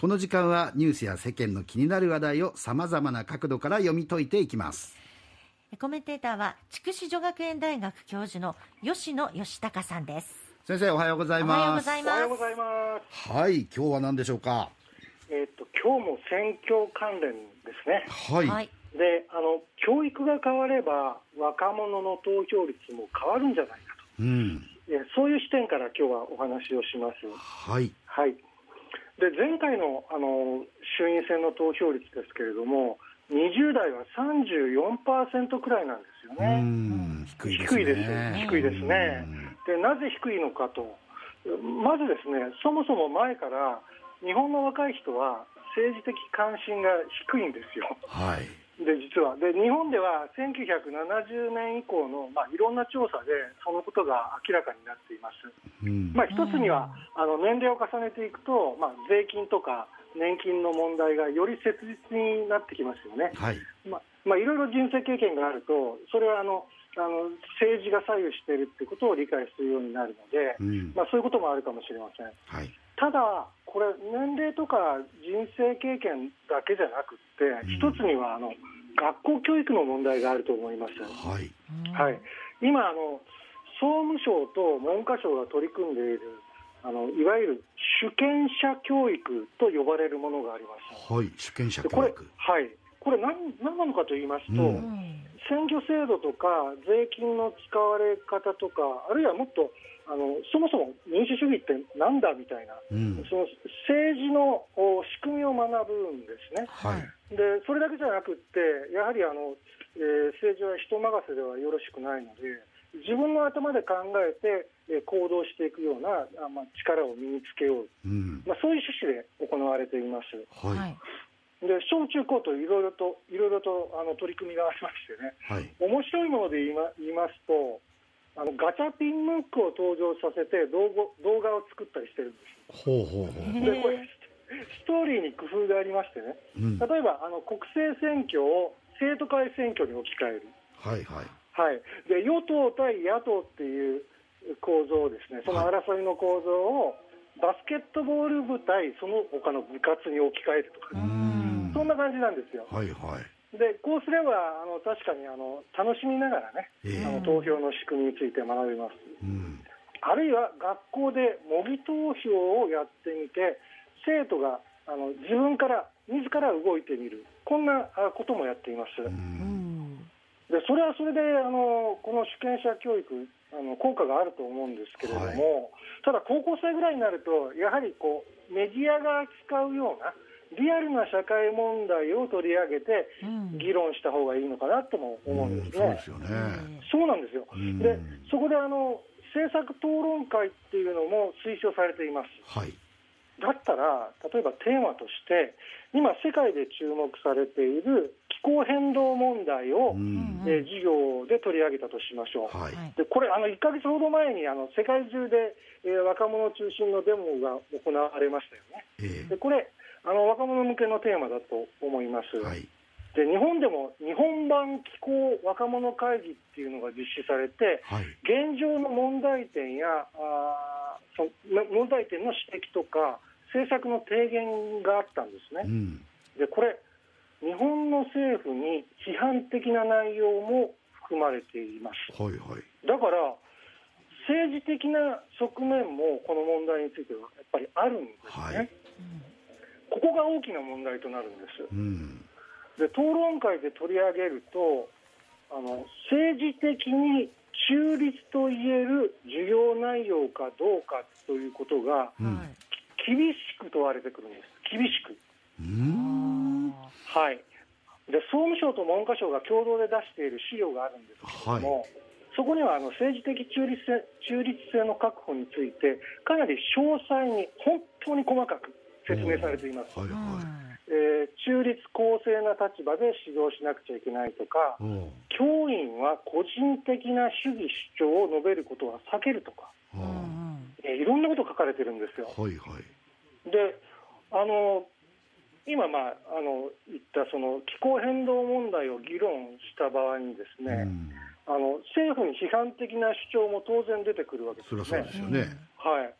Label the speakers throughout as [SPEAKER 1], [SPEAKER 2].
[SPEAKER 1] この時間はニュースや世間の気になる話題をさまざまな角度から読み解いていきます
[SPEAKER 2] コメンテーターは筑紫女学園大学教授の吉野義隆さんです
[SPEAKER 1] 先生おはようございます
[SPEAKER 2] おはようござい
[SPEAKER 3] おはよう
[SPEAKER 2] ま
[SPEAKER 3] ございます。
[SPEAKER 1] すはい今日は何でしょうか
[SPEAKER 3] えっ、と今日も選挙関連ですね。
[SPEAKER 1] はい、
[SPEAKER 2] すはい
[SPEAKER 3] で、あの教育が変われば若者の投票率も変わるんじゃないか
[SPEAKER 1] うん
[SPEAKER 3] と、えーそういう視点から今日はお話をします。
[SPEAKER 1] はい
[SPEAKER 3] はい。で、前回のあの衆院選の投票率ですけれども、20代は34%くらいなんですよ
[SPEAKER 1] う
[SPEAKER 3] ね。
[SPEAKER 1] ん低いです
[SPEAKER 3] 低いです
[SPEAKER 1] ね
[SPEAKER 3] 低いですねでなぜ低いのかと、まずですねそもそも前から日本の若い人は政治的関心が低いんですよ、
[SPEAKER 1] うんはい
[SPEAKER 3] で実はで日本では1970年以降の、まあ、いろんな調査でそのことが明らかになっています、
[SPEAKER 1] うん
[SPEAKER 3] まあ、一つにはあの年齢を重ねていくと、まあ、税金とか年金の問題がより切実になってきますよね。
[SPEAKER 1] はい
[SPEAKER 3] まあまあ、いろいろ人生経験があると、それはあのあの政治が左右しているってことを理解するようになるので、
[SPEAKER 1] うん
[SPEAKER 3] まあ、そういうこともあるかもしれません。
[SPEAKER 1] はい
[SPEAKER 3] ただ、これ、年齢とか人生経験だけじゃなくって、一
[SPEAKER 1] うん
[SPEAKER 3] つにはあの学校教育の問題があると思います。
[SPEAKER 1] はい
[SPEAKER 3] はい、今あの、総務省と文科省が取り組んでいるあの、いわゆる主権者教育と呼ばれるものがあります。
[SPEAKER 1] はい主権者
[SPEAKER 3] でこ
[SPEAKER 1] 教
[SPEAKER 3] れ、
[SPEAKER 1] 育
[SPEAKER 3] はい、これ何、何なのかと言いますと、
[SPEAKER 1] うん
[SPEAKER 2] うん
[SPEAKER 3] 選挙制度とか、税金の使われ方とか、あるいはもっとあのそもそも民主主義ってなんだみたいな、
[SPEAKER 1] うん
[SPEAKER 3] その政治のお仕組みを学ぶんですね。
[SPEAKER 1] はい
[SPEAKER 3] でそれだけじゃなくって、やはりあの、えー政治は人任せではよろしくないので、自分の頭で考えて、えー行動していくような、あまあ、力を身につけよう、
[SPEAKER 1] うん
[SPEAKER 3] まあ、そういう趣旨で行われています。
[SPEAKER 1] はい
[SPEAKER 2] はい
[SPEAKER 3] で小中高といろいろといろいろとあの取り組みがありましてね
[SPEAKER 1] はい
[SPEAKER 3] 面白いもので言いま言いますとあのガチャピンムックを登場させて動画動画を作ったりしてるんです
[SPEAKER 1] ほうほうほう
[SPEAKER 2] へー
[SPEAKER 3] でこれストーリーに工夫がありましてね
[SPEAKER 1] うん
[SPEAKER 3] 例えばあの国政選挙を生徒会選挙に置き換える、
[SPEAKER 1] はいはい
[SPEAKER 3] はい、で与党対野党っていう構造をですねその争いの構造をバスケットボール部対その他の部活に置き換えるとか
[SPEAKER 1] う
[SPEAKER 3] ね、
[SPEAKER 1] ん
[SPEAKER 3] そんな感じなんですよ。
[SPEAKER 1] はいはい
[SPEAKER 3] でこうすればあの確かにあの楽しみながらね
[SPEAKER 1] え
[SPEAKER 3] あ
[SPEAKER 1] え
[SPEAKER 3] の投票の仕組みについて学べます、
[SPEAKER 1] うん
[SPEAKER 3] あるいは学校で模擬投票をやってみて生徒があの自分から自ら動いてみるこんなあこともやっています
[SPEAKER 1] う
[SPEAKER 3] で
[SPEAKER 1] ん
[SPEAKER 2] ん
[SPEAKER 3] それはそれであのこの主権者教育あの効果があると思うんですけれども、
[SPEAKER 1] はい
[SPEAKER 3] ただ高校生ぐらいになるとやはりこうメディアが扱うようなリアルな社会問題を取り上げて
[SPEAKER 2] うん
[SPEAKER 3] 議論した方がいいのかなとも思うんです
[SPEAKER 1] そうで
[SPEAKER 3] ね
[SPEAKER 1] す。よ
[SPEAKER 2] え
[SPEAKER 1] ね。
[SPEAKER 3] そうなんですよ。
[SPEAKER 1] うん
[SPEAKER 3] で、そこであの政策討論会っていうのも推奨されています。
[SPEAKER 1] はい。
[SPEAKER 3] だったら例えばテーマとして今世界で注目されている気候変動問題
[SPEAKER 1] う
[SPEAKER 3] を、
[SPEAKER 1] ん
[SPEAKER 2] ん
[SPEAKER 3] えー授業で取り上げたとしましょう。
[SPEAKER 1] は。
[SPEAKER 2] はいい
[SPEAKER 3] でこれあの1ヶ月ほど前にあの世界中で、えー若者を中心のデモが行われましたよね。
[SPEAKER 1] え
[SPEAKER 3] でこれあの若者向けのテーマだと思います。
[SPEAKER 1] えはい。
[SPEAKER 3] で日本でも日本版気候若者会議っていうのが実施されて
[SPEAKER 1] はい。
[SPEAKER 3] 現状の問題点やあーその問題点の指摘とか政策の提言があったんです
[SPEAKER 1] う
[SPEAKER 3] ね。
[SPEAKER 1] ん。
[SPEAKER 3] でこれ日本の政府に批判的な内容も含まれています。
[SPEAKER 1] はいはい。
[SPEAKER 3] だから政治的な側面もこの問題についてはやっぱりあるんですね。
[SPEAKER 1] はい
[SPEAKER 3] ここが大きな問題となるんです。
[SPEAKER 1] うん。
[SPEAKER 3] で討論会で取り上げるとあの政治的に中立といえる授業内容かどうかということが
[SPEAKER 1] うん
[SPEAKER 2] はい
[SPEAKER 3] 厳しく問われてくるんです厳しく
[SPEAKER 1] うん。
[SPEAKER 2] あ
[SPEAKER 3] はいで総務省と文科省が共同で出している資料があるんですけ
[SPEAKER 1] は
[SPEAKER 3] ども、そこにはあの政治的中立性中立性の確保についてかなり詳細に本当に細かく説明されています
[SPEAKER 1] い。はい
[SPEAKER 2] ー
[SPEAKER 1] は
[SPEAKER 3] えー中立公正な立場で指導しなくちゃいけないとか
[SPEAKER 1] い。おう
[SPEAKER 3] 教員は個人的な主義主張を述べることは避けるとか、
[SPEAKER 1] おう
[SPEAKER 2] うんうん
[SPEAKER 3] えーいろんなこと書かれてるんですよ。
[SPEAKER 1] はいはい。
[SPEAKER 3] であの今、まあ、あの言ったその気候変動問題を議論した場合にです
[SPEAKER 1] う
[SPEAKER 3] ね、
[SPEAKER 1] ん。
[SPEAKER 3] あの政府に批判的な主張も当然出てくるわけで
[SPEAKER 1] そ
[SPEAKER 3] す
[SPEAKER 1] り
[SPEAKER 3] ね
[SPEAKER 1] ゃ。そうですよね。
[SPEAKER 3] はい、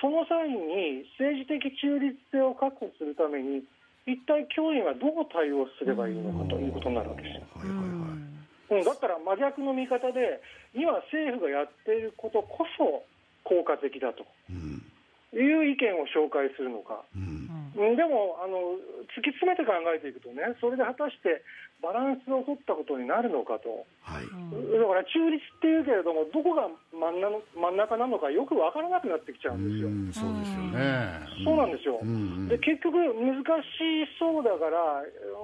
[SPEAKER 3] その際に政治的中立性を確保するために一体教員はどう対応すればいいのかということになるわけですよ。
[SPEAKER 1] はいはいはい。
[SPEAKER 3] うん、だったら真逆の見方で今、政府がやっていることこそ効果的だと
[SPEAKER 1] うん。
[SPEAKER 3] いう意見を紹介するのか。
[SPEAKER 1] うん
[SPEAKER 2] う。ん
[SPEAKER 3] うんでもあの突き詰めて考えていくとねそれで果たしてバランスを取ったことになるのかと
[SPEAKER 1] はい。
[SPEAKER 2] うん
[SPEAKER 3] だから中立っていうけれどもどこが真ん中の真ん中なのかよく分からなくなってきちゃ
[SPEAKER 1] う
[SPEAKER 3] うんですよ。
[SPEAKER 1] ん、そうですよね。
[SPEAKER 3] そうなんですよ
[SPEAKER 1] うんうん
[SPEAKER 3] で結局、難しそうだから、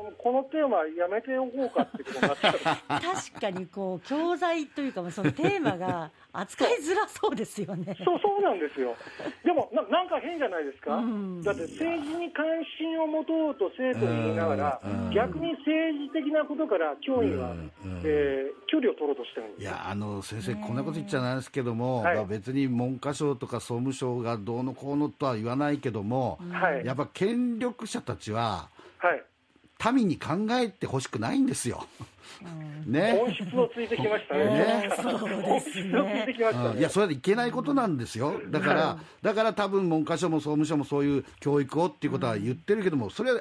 [SPEAKER 3] うんこのテーマやめておこうかってことになっちゃう
[SPEAKER 2] 確かにこう教材というかそのテーマが扱いづらそうですよね。
[SPEAKER 3] そうそうなんですよ、でもななんか変じゃないですか、
[SPEAKER 2] うん
[SPEAKER 3] だって政治に関心を持とうと生徒に言いながら
[SPEAKER 1] うん、
[SPEAKER 3] 逆に政治的なことから教員は、
[SPEAKER 1] うんうん
[SPEAKER 3] えー距離を取ろうとしてるんです
[SPEAKER 1] い
[SPEAKER 3] よ
[SPEAKER 1] やあの先生、こんなこと言っちゃなんですけども、
[SPEAKER 3] はい
[SPEAKER 1] まあ別に文科省とか総務省がどうのこうのとは言わないけども、
[SPEAKER 3] はい
[SPEAKER 1] やっぱ権力者たちは、
[SPEAKER 3] はい、
[SPEAKER 1] 民に考えてほしくないんですよ、
[SPEAKER 2] うん
[SPEAKER 1] ね
[SPEAKER 3] 本質をついてきましたね、
[SPEAKER 1] ね
[SPEAKER 2] そう
[SPEAKER 3] 本
[SPEAKER 2] で
[SPEAKER 3] 質
[SPEAKER 2] す
[SPEAKER 3] をついて
[SPEAKER 2] ね。、
[SPEAKER 3] きました
[SPEAKER 1] うん
[SPEAKER 3] ね。
[SPEAKER 1] いや、それはいけないことなんですよ、だから、だから多分文科省も総務省もそういう教育をっていうことは言ってるけども、それは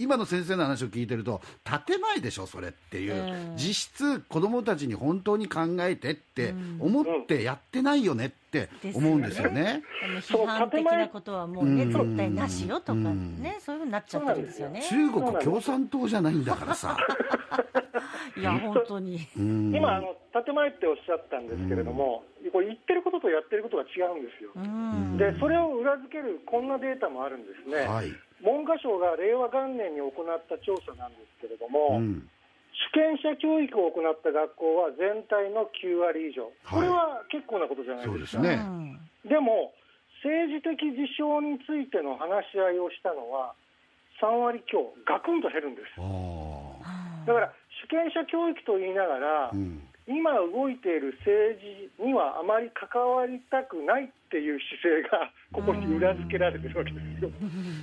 [SPEAKER 1] 今の先生の話を聞いてると、建前でしょ、それっていううん実質、子どもたちに本当に考えてって思ってやってないよねって思うんですよね。
[SPEAKER 2] あの批判的なことはもうね
[SPEAKER 1] うん
[SPEAKER 2] 絶対なしよとか
[SPEAKER 1] うん
[SPEAKER 2] ねそういうふうになっちゃってるんですよね。
[SPEAKER 1] 中国共産党じゃないんだからさ。
[SPEAKER 2] いや本当に。
[SPEAKER 1] うん
[SPEAKER 3] 今あの、建前っておっしゃったんですけれども、これ言ってることとやってることが違うんですよ
[SPEAKER 2] う。ん
[SPEAKER 3] でそれを裏付けるこんなデータもあるんですね、
[SPEAKER 1] はい。
[SPEAKER 3] 文科省が令和元年に行った調査なんですけれど
[SPEAKER 1] う
[SPEAKER 3] も、
[SPEAKER 1] ん。
[SPEAKER 3] 主権者教育を行った学校は全体の9割以上、
[SPEAKER 1] はい
[SPEAKER 3] これは結構なことじゃない
[SPEAKER 1] そう
[SPEAKER 3] で
[SPEAKER 1] ですす
[SPEAKER 3] か。
[SPEAKER 2] う
[SPEAKER 1] ね。
[SPEAKER 2] ん
[SPEAKER 3] でも、政治的事象についての話し合いをしたのは、3割強、ガクンと減るんです。
[SPEAKER 1] ああ。
[SPEAKER 3] だから主権者教育と言いながら、
[SPEAKER 1] うん。
[SPEAKER 3] 今動いている政治にはあまり関わりたくないっていう姿勢が、ここに裏付けられてるわけですよ。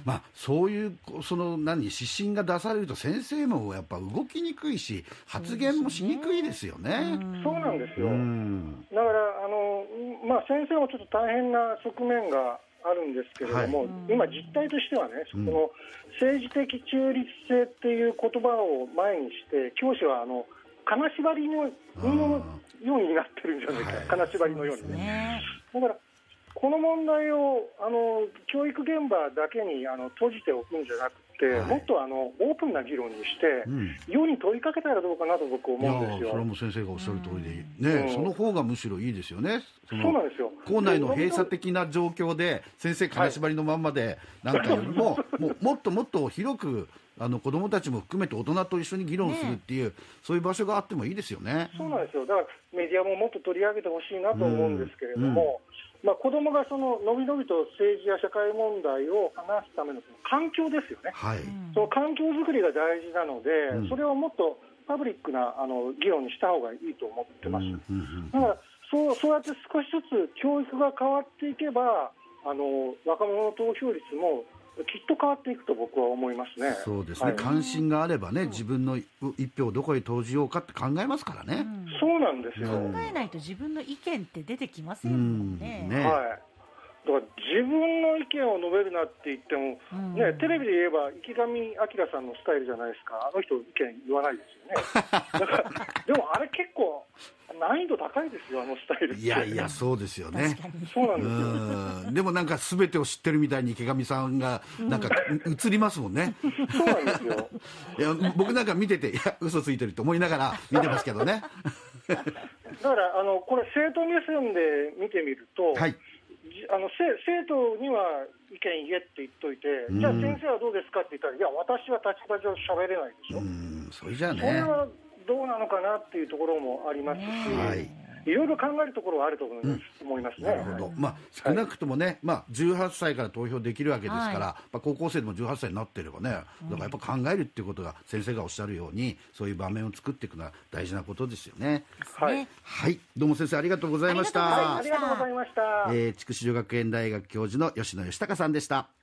[SPEAKER 1] まあ、そういう、こうその、何、指針が出されると、先生もやっぱ動きにくいし、発言もしにくいですよね。
[SPEAKER 3] そうなんで
[SPEAKER 1] う
[SPEAKER 3] すよ。
[SPEAKER 1] ん。
[SPEAKER 3] だからあの、うんまあ、先生もちょっと大変な側面があるんですけれども、
[SPEAKER 2] はい
[SPEAKER 3] 今、実態としてはね、
[SPEAKER 1] うん
[SPEAKER 3] その政治的中立性っていう言葉を前にして、教師はあの金縛りののようになってるんじゃないか、
[SPEAKER 1] はい
[SPEAKER 3] 金縛りのよう
[SPEAKER 2] そう
[SPEAKER 3] に
[SPEAKER 2] です
[SPEAKER 3] ね。
[SPEAKER 2] ね。
[SPEAKER 3] だからこの問題をあの教育現場だけにあの閉じておくんじゃなくて、
[SPEAKER 1] はい
[SPEAKER 3] もっとあのオープンな議論にして、
[SPEAKER 1] うん。
[SPEAKER 3] 世に問いかけたらどうかなと僕、
[SPEAKER 1] いや
[SPEAKER 3] 思うんです
[SPEAKER 1] それ
[SPEAKER 3] よ。
[SPEAKER 1] はもう先生がおっしゃる通りで、ね
[SPEAKER 3] うん
[SPEAKER 1] その方がむしろいいですよね、そ
[SPEAKER 3] そうなんですよ
[SPEAKER 1] 校内の閉鎖的な状況で、先生、金縛りのまんまで、なんかよりも、もうもっともっと広く、あの子どもたちも含めて大人と一緒に議論するっていう、そういう場所があってもいいですよね。
[SPEAKER 3] そうなんですよ、だからメディアももっと取り上げてほしいなと思うんですけれども、まあ、子どもがそののびのびと政治や社会問題を話すためのその環境ですよね、
[SPEAKER 1] はい、
[SPEAKER 2] うん
[SPEAKER 3] その環境づくりが大事なので、
[SPEAKER 1] うん
[SPEAKER 3] それをもっとパブリックなあの議論にした方がいいと思ってます。
[SPEAKER 1] うんうんうん
[SPEAKER 3] だからそうそうやって少しずつ教育が変わっていけばあの若者の投票率もきっと変わっていくと僕は思いますね。
[SPEAKER 1] そうですね、
[SPEAKER 3] はい
[SPEAKER 1] 関心があればね、自分の一票をどこへ投じようかって考えますからね。
[SPEAKER 3] そうなんですよ。
[SPEAKER 1] うん
[SPEAKER 2] 考えないと自分の意見って出てきませ
[SPEAKER 1] うん
[SPEAKER 2] も
[SPEAKER 1] ん
[SPEAKER 2] んね。
[SPEAKER 1] ね
[SPEAKER 3] はい、だから自分の意見を述べるなって言っても、
[SPEAKER 2] うん
[SPEAKER 3] ね、テレビで言えば池上彰さんのスタイルじゃないですか、あの人、意見言わないですよね、 だからでもあれ、結構難易度高いですよ、あのスタイルって。
[SPEAKER 1] いやいや、そうですよね
[SPEAKER 2] 確。かに。
[SPEAKER 3] そうなん
[SPEAKER 1] う
[SPEAKER 3] ですよ
[SPEAKER 1] んでもなんか全てを知ってるみたいに池上さんがなんか映りますもんね、
[SPEAKER 3] そうなんですよ。
[SPEAKER 1] いや僕なんか見てていや嘘ついてると思いながら見てますけどね
[SPEAKER 3] だからあのこれ生徒目線で見てみると、
[SPEAKER 1] はい
[SPEAKER 3] じあのせ生徒には意見言えって言っといて、
[SPEAKER 1] ん
[SPEAKER 3] じゃあ先生はどうですかって言ったらいや私は立場上喋れないでしょ。
[SPEAKER 1] うんそれじゃあ
[SPEAKER 3] それ
[SPEAKER 1] ね
[SPEAKER 3] はどうなのかなっていうところもありますし、、
[SPEAKER 1] はいい
[SPEAKER 3] ろいろ考えるところはあると思います,、思いますね。
[SPEAKER 1] なるほど、まあ、少なくともね、まあ、18歳から投票できるわけですから、
[SPEAKER 2] はい
[SPEAKER 1] まあ、高校生でも18歳になってればね、だからやっぱ考えるっていうことが、先生がおっしゃるように、そういう場面を作っていくのは大事なことですよね。
[SPEAKER 3] はい
[SPEAKER 2] ね
[SPEAKER 1] はい、どうも先生、ありがとうございまし
[SPEAKER 2] ありがとうございました
[SPEAKER 1] た
[SPEAKER 3] あり。がとうございました。
[SPEAKER 1] えー、筑紫女学園大学教授の吉野義孝さんでした。